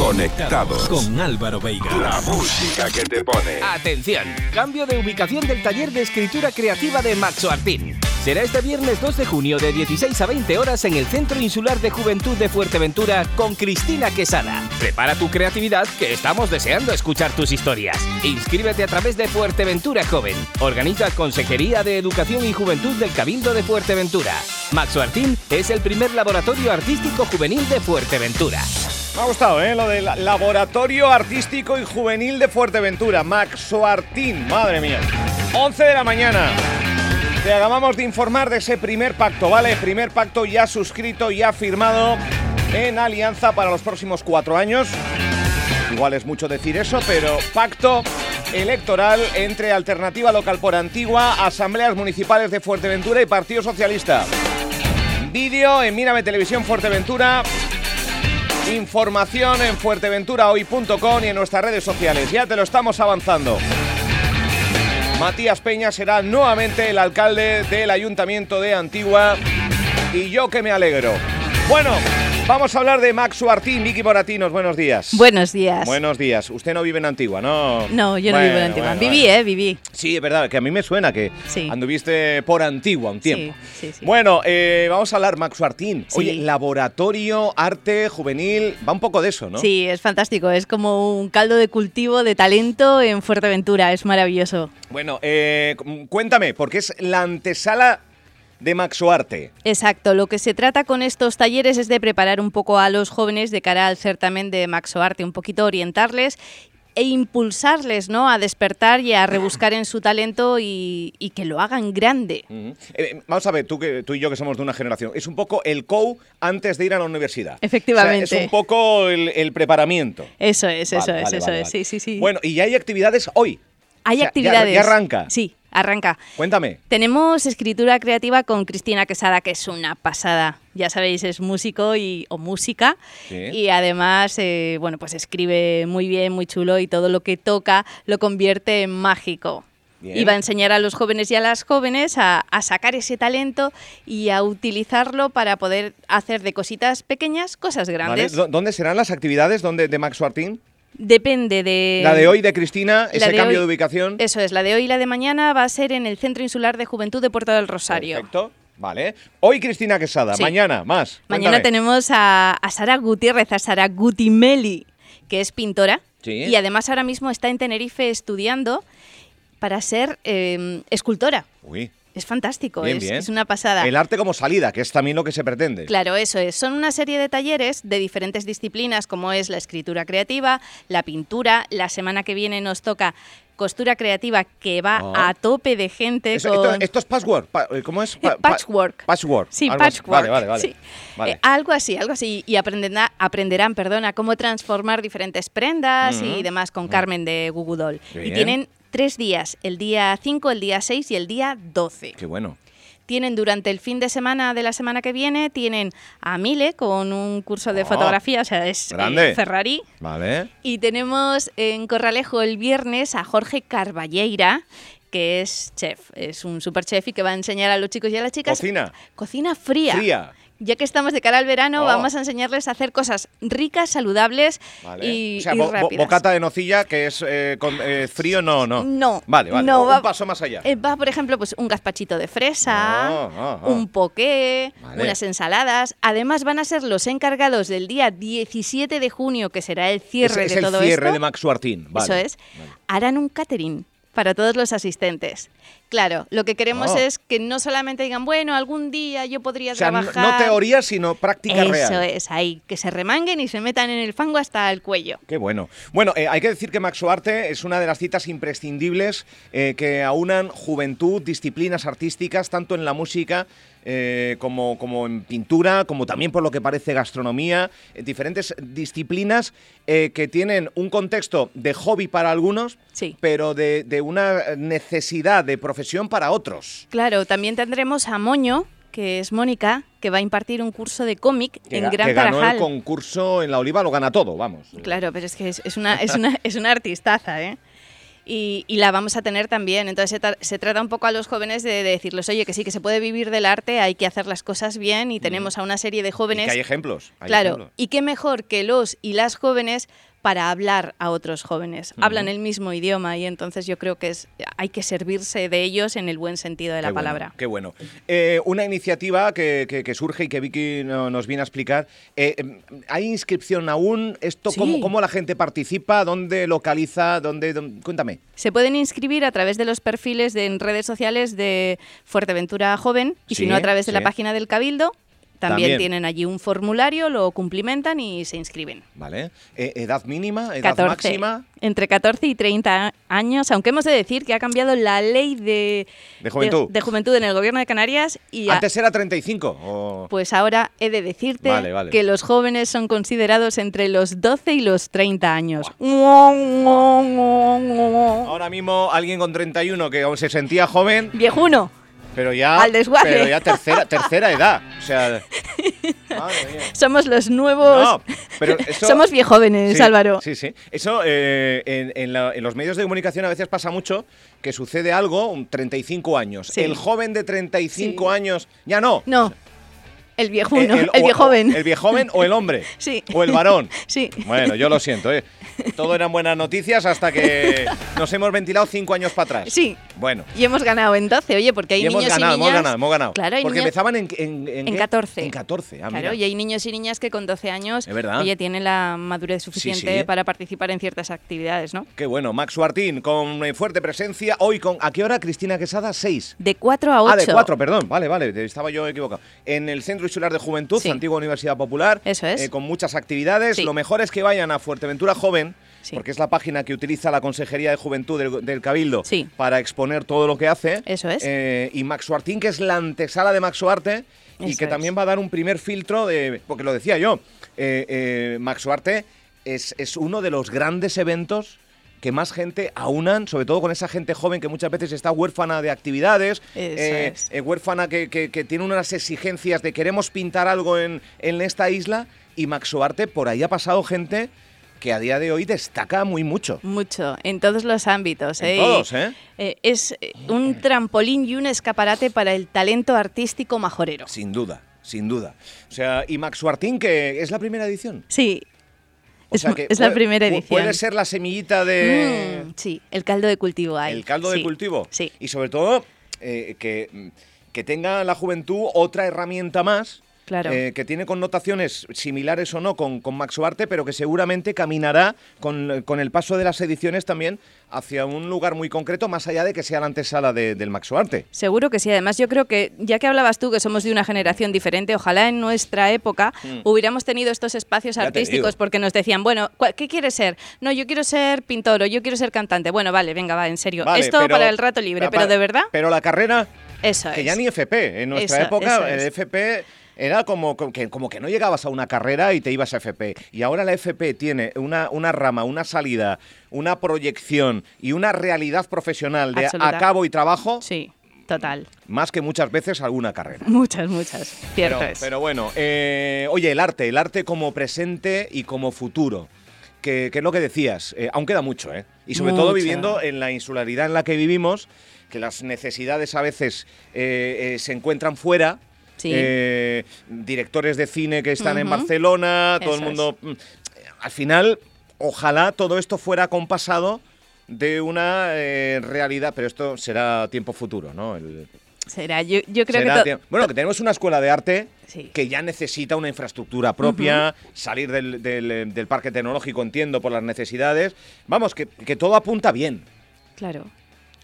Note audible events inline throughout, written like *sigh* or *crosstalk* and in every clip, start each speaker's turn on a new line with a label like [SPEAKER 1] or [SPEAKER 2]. [SPEAKER 1] Conectados.
[SPEAKER 2] Con Álvaro Veiga.
[SPEAKER 1] La música que te pone.
[SPEAKER 3] Atención, cambio de ubicación del taller de escritura creativa de Maxo Artín. Será este viernes 2 de junio de 16 a 20 horas en el Centro Insular de Juventud de Fuerteventura con Cristina Quesada. Prepara tu creatividad que estamos deseando escuchar tus historias. Inscríbete a través de Fuerteventura Joven. Organiza Consejería de Educación y Juventud del Cabildo de Fuerteventura. Maxo Artín es el primer laboratorio artístico juvenil de Fuerteventura.
[SPEAKER 4] Me ha gustado, ¿eh? Lo del Laboratorio Artístico y Juvenil de Fuerteventura, Maxo Artín, madre mía. 11 de la mañana. Te acabamos de informar de ese primer pacto, ¿vale? Primer pacto ya suscrito, ya firmado en alianza para los próximos cuatro años. Igual es mucho decir eso, pero pacto electoral entre Alternativa Local por Antigua, Asambleas Municipales de Fuerteventura y Partido Socialista. Vídeo en Mírame Televisión Fuerteventura. Información en fuerteventurahoy.com y en nuestras redes sociales. Ya te lo estamos avanzando. Matías Peña será nuevamente el alcalde del Ayuntamiento de Antigua y yo que me alegro. Bueno, vamos a hablar de Max Suartín, Vicky Moratinos, buenos días.
[SPEAKER 5] Buenos días.
[SPEAKER 4] Buenos días. Usted no vive en Antigua, ¿no?
[SPEAKER 5] No, yo no
[SPEAKER 4] Bueno,
[SPEAKER 5] vivo en Antigua.
[SPEAKER 4] bueno,
[SPEAKER 5] viví,
[SPEAKER 4] bueno.
[SPEAKER 5] eh, viví.
[SPEAKER 4] Sí, es verdad, que a mí me suena que
[SPEAKER 5] Sí.
[SPEAKER 4] anduviste por Antigua un tiempo.
[SPEAKER 5] Sí, sí, sí.
[SPEAKER 4] Bueno, eh, vamos a hablar, Max Suartín.
[SPEAKER 5] Sí.
[SPEAKER 4] Oye, laboratorio, arte, juvenil, va un poco de eso, ¿no?
[SPEAKER 5] Sí, es fantástico. Es como un caldo de cultivo de talento en Fuerteventura. Es maravilloso.
[SPEAKER 4] Bueno, eh, cu- cuéntame, porque es la antesala de Maxoarte.
[SPEAKER 5] Exacto, lo que se trata con estos talleres es de preparar un poco a los jóvenes de cara al certamen de Maxoarte, un poquito orientarles e impulsarles ¿no? a despertar y a rebuscar en su talento y, y que lo hagan grande.
[SPEAKER 4] Ujú. Eh, vamos a ver, tú, que, tú y yo que somos de una generación, es un poco el COU antes de ir a la universidad.
[SPEAKER 5] Efectivamente.
[SPEAKER 4] O sea, es un poco el, el preparamiento.
[SPEAKER 5] Eso es, eso
[SPEAKER 4] Vale,
[SPEAKER 5] es,
[SPEAKER 4] vale,
[SPEAKER 5] eso
[SPEAKER 4] vale,
[SPEAKER 5] es.
[SPEAKER 4] vale.
[SPEAKER 5] Sí, sí, sí.
[SPEAKER 4] Bueno, y ya hay actividades hoy.
[SPEAKER 5] Hay
[SPEAKER 4] o sea, ya-
[SPEAKER 5] actividades.
[SPEAKER 4] ya arranca.
[SPEAKER 5] Sí, arranca.
[SPEAKER 4] Cuéntame.
[SPEAKER 5] Tenemos escritura creativa con Cristina Quesada, que es una pasada. Ya sabéis, es músico y, o música.
[SPEAKER 4] Sí.
[SPEAKER 5] Y además, eh, bueno, pues escribe muy bien, muy chulo y todo lo que toca lo convierte en mágico.
[SPEAKER 4] Bien.
[SPEAKER 5] Y va a enseñar a los jóvenes y a las jóvenes a, a sacar ese talento y a utilizarlo para poder hacer de cositas pequeñas cosas
[SPEAKER 4] ¿vale?
[SPEAKER 5] grandes.
[SPEAKER 4] ¿Dó- ¿Dónde serán las actividades ¿Dónde, de Max Suartín?
[SPEAKER 5] Depende de...
[SPEAKER 4] la de hoy de Cristina,
[SPEAKER 5] Eh, la
[SPEAKER 4] ese cambio
[SPEAKER 5] hoy-
[SPEAKER 4] de ubicación.
[SPEAKER 5] Eso es, la de hoy y la de mañana va a ser en el Centro Insular de Juventud de Puerto del Rosario.
[SPEAKER 4] Perfecto. Vale. Hoy Cristina Quesada,
[SPEAKER 5] Sí.
[SPEAKER 4] mañana más.
[SPEAKER 5] Mañana
[SPEAKER 4] Cuéntame.
[SPEAKER 5] tenemos a, a Sara Gutiérrez, a Sara Gutimeli, que es pintora
[SPEAKER 4] Sí.
[SPEAKER 5] y además ahora mismo está en Tenerife estudiando para ser eh, escultora.
[SPEAKER 4] Uy,
[SPEAKER 5] Es fantástico,
[SPEAKER 4] bien,
[SPEAKER 5] es,
[SPEAKER 4] bien.
[SPEAKER 5] Pues es una pasada.
[SPEAKER 4] El arte como salida, que es también lo que se pretende.
[SPEAKER 5] Claro, eso es. Son una serie de talleres de diferentes disciplinas, como es la escritura creativa, la pintura. La semana que viene nos toca costura creativa, que va
[SPEAKER 4] Ah.
[SPEAKER 5] a tope de gente.
[SPEAKER 4] Eso-
[SPEAKER 5] con...
[SPEAKER 4] esto, esto es patchwork. pa- ¿Cómo es?
[SPEAKER 5] Eh, patchwork.
[SPEAKER 4] patchwork.
[SPEAKER 5] Sí,
[SPEAKER 4] algo así.
[SPEAKER 5] patchwork.
[SPEAKER 4] Vale, vale, vale.
[SPEAKER 5] sí.
[SPEAKER 4] Vale.
[SPEAKER 5] Eh, algo así, algo así. Y aprenderá- aprenderán, perdón, a cómo transformar diferentes prendas y demás con Carmen de Google Doll.
[SPEAKER 4] Qué
[SPEAKER 5] Y
[SPEAKER 4] bien.
[SPEAKER 5] tienen tres días, el día 5, el día 6 y el día 12.
[SPEAKER 4] Qué bueno.
[SPEAKER 5] Tienen durante el fin de semana de la semana que viene, tienen a Mile con un curso de
[SPEAKER 4] Oh,
[SPEAKER 5] fotografía, o sea, es eh,
[SPEAKER 4] grande.
[SPEAKER 5] Ferrari.
[SPEAKER 4] Vale.
[SPEAKER 5] Y tenemos en Corralejo el viernes a Jorge Carballeira, que es chef, es un super chef y que va a enseñar a los chicos y a las chicas.
[SPEAKER 4] Cocina.
[SPEAKER 5] Cocina fría.
[SPEAKER 4] Fría.
[SPEAKER 5] Ya que estamos de cara al verano,
[SPEAKER 4] Oh.
[SPEAKER 5] vamos a enseñarles a hacer cosas ricas, saludables
[SPEAKER 4] Vale.
[SPEAKER 5] y,
[SPEAKER 4] o sea,
[SPEAKER 5] y
[SPEAKER 4] bo- bo-
[SPEAKER 5] rápidas.
[SPEAKER 4] bocata de nocilla, que es eh, con, eh, frío, no, no.
[SPEAKER 5] No.
[SPEAKER 4] Vale, vale.
[SPEAKER 5] no,
[SPEAKER 4] un
[SPEAKER 5] va-
[SPEAKER 4] paso más allá.
[SPEAKER 5] eh, va, por ejemplo, pues un gazpachito de fresa,
[SPEAKER 4] Ah, ah, ah.
[SPEAKER 5] un poqué,
[SPEAKER 4] Vale.
[SPEAKER 5] unas ensaladas. Además, van a ser los encargados del día 17 de junio, que será el
[SPEAKER 4] es,
[SPEAKER 5] cierre
[SPEAKER 4] es
[SPEAKER 5] de
[SPEAKER 4] el
[SPEAKER 5] todo
[SPEAKER 4] cierre
[SPEAKER 5] esto.
[SPEAKER 4] de Max Suartín. Vale.
[SPEAKER 5] Eso es. Harán un catering para todos los asistentes. Claro, lo que queremos
[SPEAKER 4] Oh.
[SPEAKER 5] es que no solamente digan, bueno, algún día yo podría
[SPEAKER 4] O sea, no,
[SPEAKER 5] trabajar.
[SPEAKER 4] no teoría, sino práctica
[SPEAKER 5] Eso
[SPEAKER 4] real.
[SPEAKER 5] es, ahí, que se remanguen y se metan en el fango hasta el cuello.
[SPEAKER 4] Qué bueno. Bueno, eh, hay que decir que Max Suarte es una de las citas imprescindibles eh, que aunan juventud, disciplinas artísticas, tanto en la música eh, como, como en pintura, como también por lo que parece gastronomía, eh, diferentes disciplinas eh, que tienen un contexto de hobby para algunos,
[SPEAKER 5] Sí.
[SPEAKER 4] pero de, de una necesidad de profesión para otros.
[SPEAKER 5] Claro, también tendremos a Moño, que es Mónica, que va a impartir un curso de cómic
[SPEAKER 4] Que,
[SPEAKER 5] en
[SPEAKER 4] ga-
[SPEAKER 5] Gran
[SPEAKER 4] que ganó
[SPEAKER 5] Tarajal.
[SPEAKER 4] el concurso en La Oliva, lo gana todo, vamos.
[SPEAKER 5] Claro, pero es que es, es una, es, una, es una artistaza, ¿eh? y, y la vamos a tener también. Entonces se, tra- se trata un poco a los jóvenes de, de decirles, oye, que sí, que se puede vivir del arte, hay que hacer las cosas bien y tenemos a una serie de
[SPEAKER 4] Mm. Y
[SPEAKER 5] jóvenes
[SPEAKER 4] que hay ejemplos. hay
[SPEAKER 5] claro,
[SPEAKER 4] ejemplos.
[SPEAKER 5] y qué mejor que los y las jóvenes para hablar a otros jóvenes. Hablan el mismo idioma y entonces yo creo que es, hay que servirse de ellos en el buen sentido de la
[SPEAKER 4] Qué bueno,
[SPEAKER 5] palabra.
[SPEAKER 4] qué bueno. Eh, una iniciativa que, que- que surge y que Vicky no- nos viene a explicar. Eh, em, ¿Hay inscripción aún? ¿Esto cómo,
[SPEAKER 5] Sí.
[SPEAKER 4] cómo la gente participa? ¿Dónde localiza? ¿Dónde, dónde- Cuéntame.
[SPEAKER 5] Se pueden inscribir a través de los perfiles de, en redes sociales de Fuerteventura Joven y
[SPEAKER 4] Sí,
[SPEAKER 5] si no a través de
[SPEAKER 4] sí.
[SPEAKER 5] la página del Cabildo. También,
[SPEAKER 4] También.
[SPEAKER 5] tienen allí un formulario, lo cumplimentan y se inscriben.
[SPEAKER 4] Vale. Eh, ¿Edad mínima? ¿Edad
[SPEAKER 5] 14,
[SPEAKER 4] máxima?
[SPEAKER 5] Entre 14 y 30 años, aunque hemos de decir que ha cambiado la ley de,
[SPEAKER 4] De juventud.
[SPEAKER 5] de, juventud en el gobierno de Canarias y ha-
[SPEAKER 4] Antes era 35. o-
[SPEAKER 5] Pues ahora he de decirte
[SPEAKER 4] Vale, vale.
[SPEAKER 5] que los jóvenes son considerados entre los 12 y los 30 años.
[SPEAKER 4] Ahora mismo alguien con 31 que aún se sentía joven,
[SPEAKER 5] Viejuno.
[SPEAKER 4] pero ya.
[SPEAKER 5] Al desguace.
[SPEAKER 4] Pero ya tercera, tercera edad. O
[SPEAKER 5] *laughs*
[SPEAKER 4] sea. Madre mía.
[SPEAKER 5] Somos los nuevos.
[SPEAKER 4] No, pero eso-
[SPEAKER 5] *laughs* Somos viejóvenes,
[SPEAKER 4] Sí,
[SPEAKER 5] Álvaro.
[SPEAKER 4] Sí, sí. Eso eh, en, en la- en los medios de comunicación a veces pasa mucho que sucede algo, un 35 años.
[SPEAKER 5] Sí.
[SPEAKER 4] El joven de 35
[SPEAKER 5] Sí.
[SPEAKER 4] años ya no.
[SPEAKER 5] No. El
[SPEAKER 4] Eh,
[SPEAKER 5] viejuno, el,
[SPEAKER 4] o-
[SPEAKER 5] viejoven.
[SPEAKER 4] o- El viejoven o el hombre.
[SPEAKER 5] *laughs* Sí.
[SPEAKER 4] O el
[SPEAKER 5] *laughs*
[SPEAKER 4] varón.
[SPEAKER 5] Sí.
[SPEAKER 4] Bueno, yo lo siento, ¿eh? Todo eran buenas noticias hasta que nos hemos ventilado cinco años para atrás.
[SPEAKER 5] Sí.
[SPEAKER 4] Bueno.
[SPEAKER 5] Y hemos ganado en 12, oye, porque hay
[SPEAKER 4] y
[SPEAKER 5] niños
[SPEAKER 4] hemos ganado,
[SPEAKER 5] y niñas.
[SPEAKER 4] hemos ganado, hemos ganado.
[SPEAKER 5] Claro, hay
[SPEAKER 4] Porque
[SPEAKER 5] niños-
[SPEAKER 4] empezaban en, en,
[SPEAKER 5] En
[SPEAKER 4] qué?
[SPEAKER 5] 14.
[SPEAKER 4] En 14, ah,
[SPEAKER 5] Claro,
[SPEAKER 4] mira.
[SPEAKER 5] y hay niños y niñas que con 12 años
[SPEAKER 4] Es verdad.
[SPEAKER 5] oye, tienen la madurez suficiente
[SPEAKER 4] sí.
[SPEAKER 5] para participar en ciertas actividades, ¿no?
[SPEAKER 4] Qué bueno, Max Suartín con eh, fuerte presencia. Hoy con, ¿a qué hora Cristina Quesada? 6.
[SPEAKER 5] De 4 a 8.
[SPEAKER 4] Ah, de cuatro, perdón. Vale, vale, te- estaba yo equivocado. En el Centro Insular de Juventud,
[SPEAKER 5] Sí.
[SPEAKER 4] antigua Universidad Popular.
[SPEAKER 5] Eso es.
[SPEAKER 4] eh, con muchas actividades.
[SPEAKER 5] Sí.
[SPEAKER 4] Lo mejor es que vayan a Fuerteventura Joven,
[SPEAKER 5] Sí.
[SPEAKER 4] porque es la página que utiliza la Consejería de Juventud del, del Cabildo
[SPEAKER 5] Sí.
[SPEAKER 4] para exponer todo lo que hace.
[SPEAKER 5] Eso es.
[SPEAKER 4] Eh, y Max Suartín, que es la antesala de Max Suarte. Y
[SPEAKER 5] Eso
[SPEAKER 4] que
[SPEAKER 5] es.
[SPEAKER 4] también va a dar un primer filtro de. Porque lo decía yo, eh, eh, Max Suarte es, es uno de los grandes eventos que más gente aunan, sobre todo con esa gente joven que muchas veces está huérfana de actividades,
[SPEAKER 5] Eso
[SPEAKER 4] eh,
[SPEAKER 5] es.
[SPEAKER 4] eh, huérfana que, que- que tiene unas exigencias de queremos pintar algo en, en esta isla y Maxoarte por ahí ha pasado gente que a día de hoy destaca muy mucho.
[SPEAKER 5] Mucho, en todos los ámbitos.
[SPEAKER 4] En
[SPEAKER 5] ¿eh?
[SPEAKER 4] todos,
[SPEAKER 5] Y,
[SPEAKER 4] ¿eh?
[SPEAKER 5] eh, es eh, un trampolín y un escaparate para el talento artístico majorero.
[SPEAKER 4] Sin duda, sin duda. O sea, y Max Suartín, que es la primera edición.
[SPEAKER 5] Sí,
[SPEAKER 4] O
[SPEAKER 5] Es
[SPEAKER 4] sea
[SPEAKER 5] mu-
[SPEAKER 4] que
[SPEAKER 5] es la
[SPEAKER 4] pu-
[SPEAKER 5] primera
[SPEAKER 4] pu-
[SPEAKER 5] edición.
[SPEAKER 4] Puede ser la semillita de...
[SPEAKER 5] Mm, sí, el caldo de cultivo hay.
[SPEAKER 4] el caldo de
[SPEAKER 5] sí,
[SPEAKER 4] cultivo.
[SPEAKER 5] Sí,
[SPEAKER 4] Y sobre todo, eh, que, mm, que tenga la juventud otra herramienta más.
[SPEAKER 5] Claro.
[SPEAKER 4] eh, que tiene connotaciones similares o no con, con Max Arte, pero que seguramente caminará con, con el paso de las ediciones también hacia un lugar muy concreto, más allá de que sea la antesala de- del Max Arte.
[SPEAKER 5] seguro que sí. Además, yo creo que, ya que hablabas tú que somos de una generación diferente, ojalá en nuestra época hubiéramos tenido estos espacios
[SPEAKER 4] Mm. Ya te
[SPEAKER 5] artísticos
[SPEAKER 4] digo.
[SPEAKER 5] porque nos decían, bueno, ¿cuál- ¿qué quieres ser? No, yo quiero ser pintor o yo quiero ser cantante. Bueno, vale, venga, va, en serio. Esto para el rato libre, pero de verdad,
[SPEAKER 4] Pero la carrera,
[SPEAKER 5] eso
[SPEAKER 4] que
[SPEAKER 5] es.
[SPEAKER 4] ya ni FP. En nuestra
[SPEAKER 5] Eso, eso
[SPEAKER 4] época,
[SPEAKER 5] es.
[SPEAKER 4] el FP era como, como que, como que no llegabas a una carrera y te ibas a FP. Y ahora la FP tiene una, una rama, una salida, una proyección y una realidad profesional de
[SPEAKER 5] Absoluta.
[SPEAKER 4] acabo y trabajo,
[SPEAKER 5] Sí, total.
[SPEAKER 4] más que muchas veces alguna carrera.
[SPEAKER 5] Muchas, muchas. Cierto
[SPEAKER 4] Pero,
[SPEAKER 5] es.
[SPEAKER 4] pero bueno, eh, oye, el arte, el arte como presente y como futuro, que, que es lo que decías, eh, aún queda mucho, ¿eh? Y sobre todo
[SPEAKER 5] Mucho.
[SPEAKER 4] viviendo en la insularidad en la que vivimos, que las necesidades a veces eh, eh, se encuentran fuera.
[SPEAKER 5] Sí.
[SPEAKER 4] eh, directores de cine que están en
[SPEAKER 5] Ujú.
[SPEAKER 4] Barcelona, todo el
[SPEAKER 5] Eso
[SPEAKER 4] mundo... mm, Al final, ojalá todo esto fuera compasado de una eh, realidad, pero esto será tiempo futuro, ¿no? El-
[SPEAKER 5] Será, yo, yo creo
[SPEAKER 4] Será
[SPEAKER 5] que... to-
[SPEAKER 4] tiempo. bueno, que tenemos una escuela de arte
[SPEAKER 5] Sí.
[SPEAKER 4] que ya necesita una infraestructura propia, salir del, del, eh, del parque tecnológico, entiendo, por las necesidades. Vamos, que, que todo apunta bien.
[SPEAKER 5] Claro,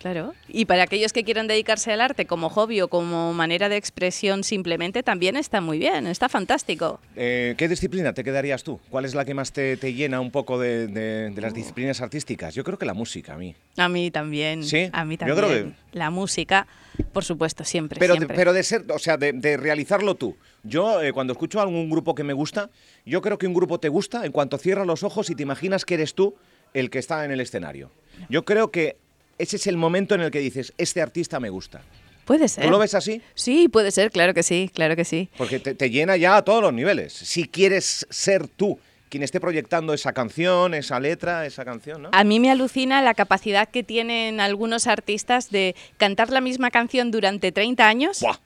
[SPEAKER 5] claro. Y para aquellos que quieran dedicarse al arte como hobby o como manera de expresión simplemente, también está muy bien, está fantástico.
[SPEAKER 4] Eh, ¿Qué disciplina te quedarías tú? ¿Cuál es la que más te, te llena un poco de, de- de
[SPEAKER 5] Uh.
[SPEAKER 4] las disciplinas artísticas? Yo creo que la música, a mí.
[SPEAKER 5] A mí también.
[SPEAKER 4] Sí,
[SPEAKER 5] A mí
[SPEAKER 4] yo
[SPEAKER 5] también.
[SPEAKER 4] creo
[SPEAKER 5] La música, por supuesto, siempre,
[SPEAKER 4] Pero, de,
[SPEAKER 5] siempre.
[SPEAKER 4] pero de ser, o sea, de, de realizarlo tú. Yo, eh, cuando escucho a algún grupo que me gusta, yo creo que un grupo te gusta en cuanto cierras los ojos y te imaginas que eres tú el que está en el escenario. Yo creo que ese es el momento en el que dices, este artista me gusta.
[SPEAKER 5] Puede ser.
[SPEAKER 4] ¿Tú lo ves así?
[SPEAKER 5] Sí, puede ser, claro que sí, claro que sí.
[SPEAKER 4] Porque te, te llena ya a todos los niveles. Si quieres ser tú quien esté proyectando esa canción, esa letra, esa canción, ¿no?
[SPEAKER 5] A mí me alucina la capacidad que tienen algunos artistas de cantar la misma canción durante 30 años.
[SPEAKER 4] Buah.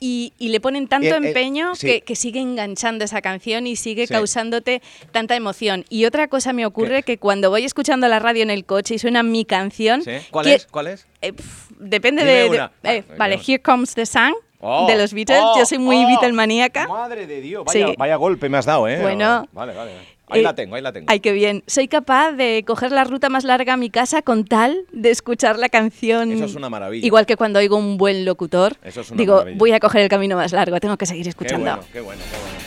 [SPEAKER 5] Y, y le ponen tanto
[SPEAKER 4] Eh, eh,
[SPEAKER 5] empeño
[SPEAKER 4] sí.
[SPEAKER 5] que, que sigue enganchando esa canción y sigue
[SPEAKER 4] Sí.
[SPEAKER 5] causándote tanta emoción. Y otra cosa me ocurre que cuando voy escuchando la radio en el coche y suena mi canción,
[SPEAKER 4] ¿Sí? ¿Cuál
[SPEAKER 5] que-
[SPEAKER 4] es? ¿Cuál es?
[SPEAKER 5] eh, pf, depende
[SPEAKER 4] Dime
[SPEAKER 5] de... de-
[SPEAKER 4] una.
[SPEAKER 5] eh,
[SPEAKER 4] Ah,
[SPEAKER 5] vale,
[SPEAKER 4] yo-
[SPEAKER 5] Here Comes the Sun
[SPEAKER 4] Oh,
[SPEAKER 5] de los Beatles.
[SPEAKER 4] oh,
[SPEAKER 5] Yo soy muy
[SPEAKER 4] oh,
[SPEAKER 5] Beatlemaníaca.
[SPEAKER 4] Madre de Dios,
[SPEAKER 5] Sí.
[SPEAKER 4] vaya, vaya golpe me has dado, ¿eh?
[SPEAKER 5] Bueno.
[SPEAKER 4] Vale, vale. Ahí
[SPEAKER 5] Eh,
[SPEAKER 4] la tengo, ahí la tengo.
[SPEAKER 5] Ay, qué bien. Soy capaz de coger la ruta más larga a mi casa con tal de escuchar la canción.
[SPEAKER 4] Eso es una maravilla.
[SPEAKER 5] Igual que cuando oigo un buen locutor,
[SPEAKER 4] Eso es una
[SPEAKER 5] digo,
[SPEAKER 4] maravilla.
[SPEAKER 5] voy a coger el camino más largo, tengo que seguir escuchando.
[SPEAKER 4] Qué bueno, qué bueno, qué bueno.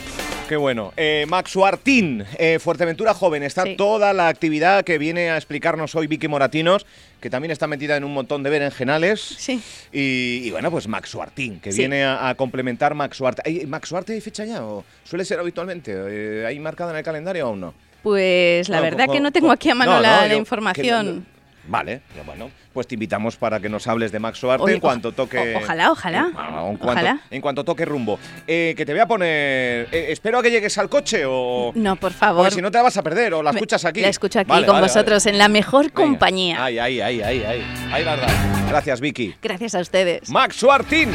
[SPEAKER 4] Qué bueno. Eh, Max Suartín, eh, Fuerteventura Joven, está
[SPEAKER 5] Sí.
[SPEAKER 4] toda la actividad que viene a explicarnos hoy Vicky Moratinos, que también está metida en un montón de berenjenales.
[SPEAKER 5] Sí.
[SPEAKER 4] Y, y bueno, pues Max Suartín, que
[SPEAKER 5] Sí.
[SPEAKER 4] viene a, a complementar Max Suarte. ¿Hay, ¿Max Suarte hay fecha ya? ¿O ¿Suele ser habitualmente? Eh, ¿Hay marcada en el calendario o aún no?
[SPEAKER 5] Pues la
[SPEAKER 4] No,
[SPEAKER 5] verdad
[SPEAKER 4] co-
[SPEAKER 5] que no
[SPEAKER 4] co-
[SPEAKER 5] tengo aquí a mano
[SPEAKER 4] no, no,
[SPEAKER 5] la,
[SPEAKER 4] yo-
[SPEAKER 5] la
[SPEAKER 4] que-
[SPEAKER 5] información.
[SPEAKER 4] Vale, ya bueno, pues te invitamos para que nos hables de Max Suarte
[SPEAKER 5] Oye,
[SPEAKER 4] en cuanto
[SPEAKER 5] o-
[SPEAKER 4] toque.
[SPEAKER 5] o- ojalá, ojalá,
[SPEAKER 4] Eh, ah, en, cuanto,
[SPEAKER 5] ojalá.
[SPEAKER 4] en cuanto toque rumbo. Eh, que te voy a poner. eh, espero a que llegues al coche o.
[SPEAKER 5] No, por favor.
[SPEAKER 4] Porque si no te la vas a perder o la
[SPEAKER 5] Me-
[SPEAKER 4] escuchas aquí.
[SPEAKER 5] La escucho aquí
[SPEAKER 4] Vale,
[SPEAKER 5] con
[SPEAKER 4] vale,
[SPEAKER 5] vosotros en la
[SPEAKER 4] vale.
[SPEAKER 5] mejor
[SPEAKER 4] Venga.
[SPEAKER 5] compañía.
[SPEAKER 4] Ay, ay, ay, ay, ay. Ahí la has dado. Gracias, Vicky.
[SPEAKER 5] Gracias a ustedes.
[SPEAKER 4] Max Suartín.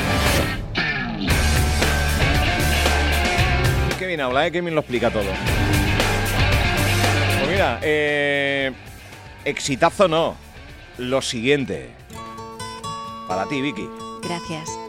[SPEAKER 4] Qué bien habla, ¿eh? Qué bien lo explica todo. Pues mira, eh, exitazo no. Lo siguiente. Para ti, Vicky.
[SPEAKER 5] Gracias.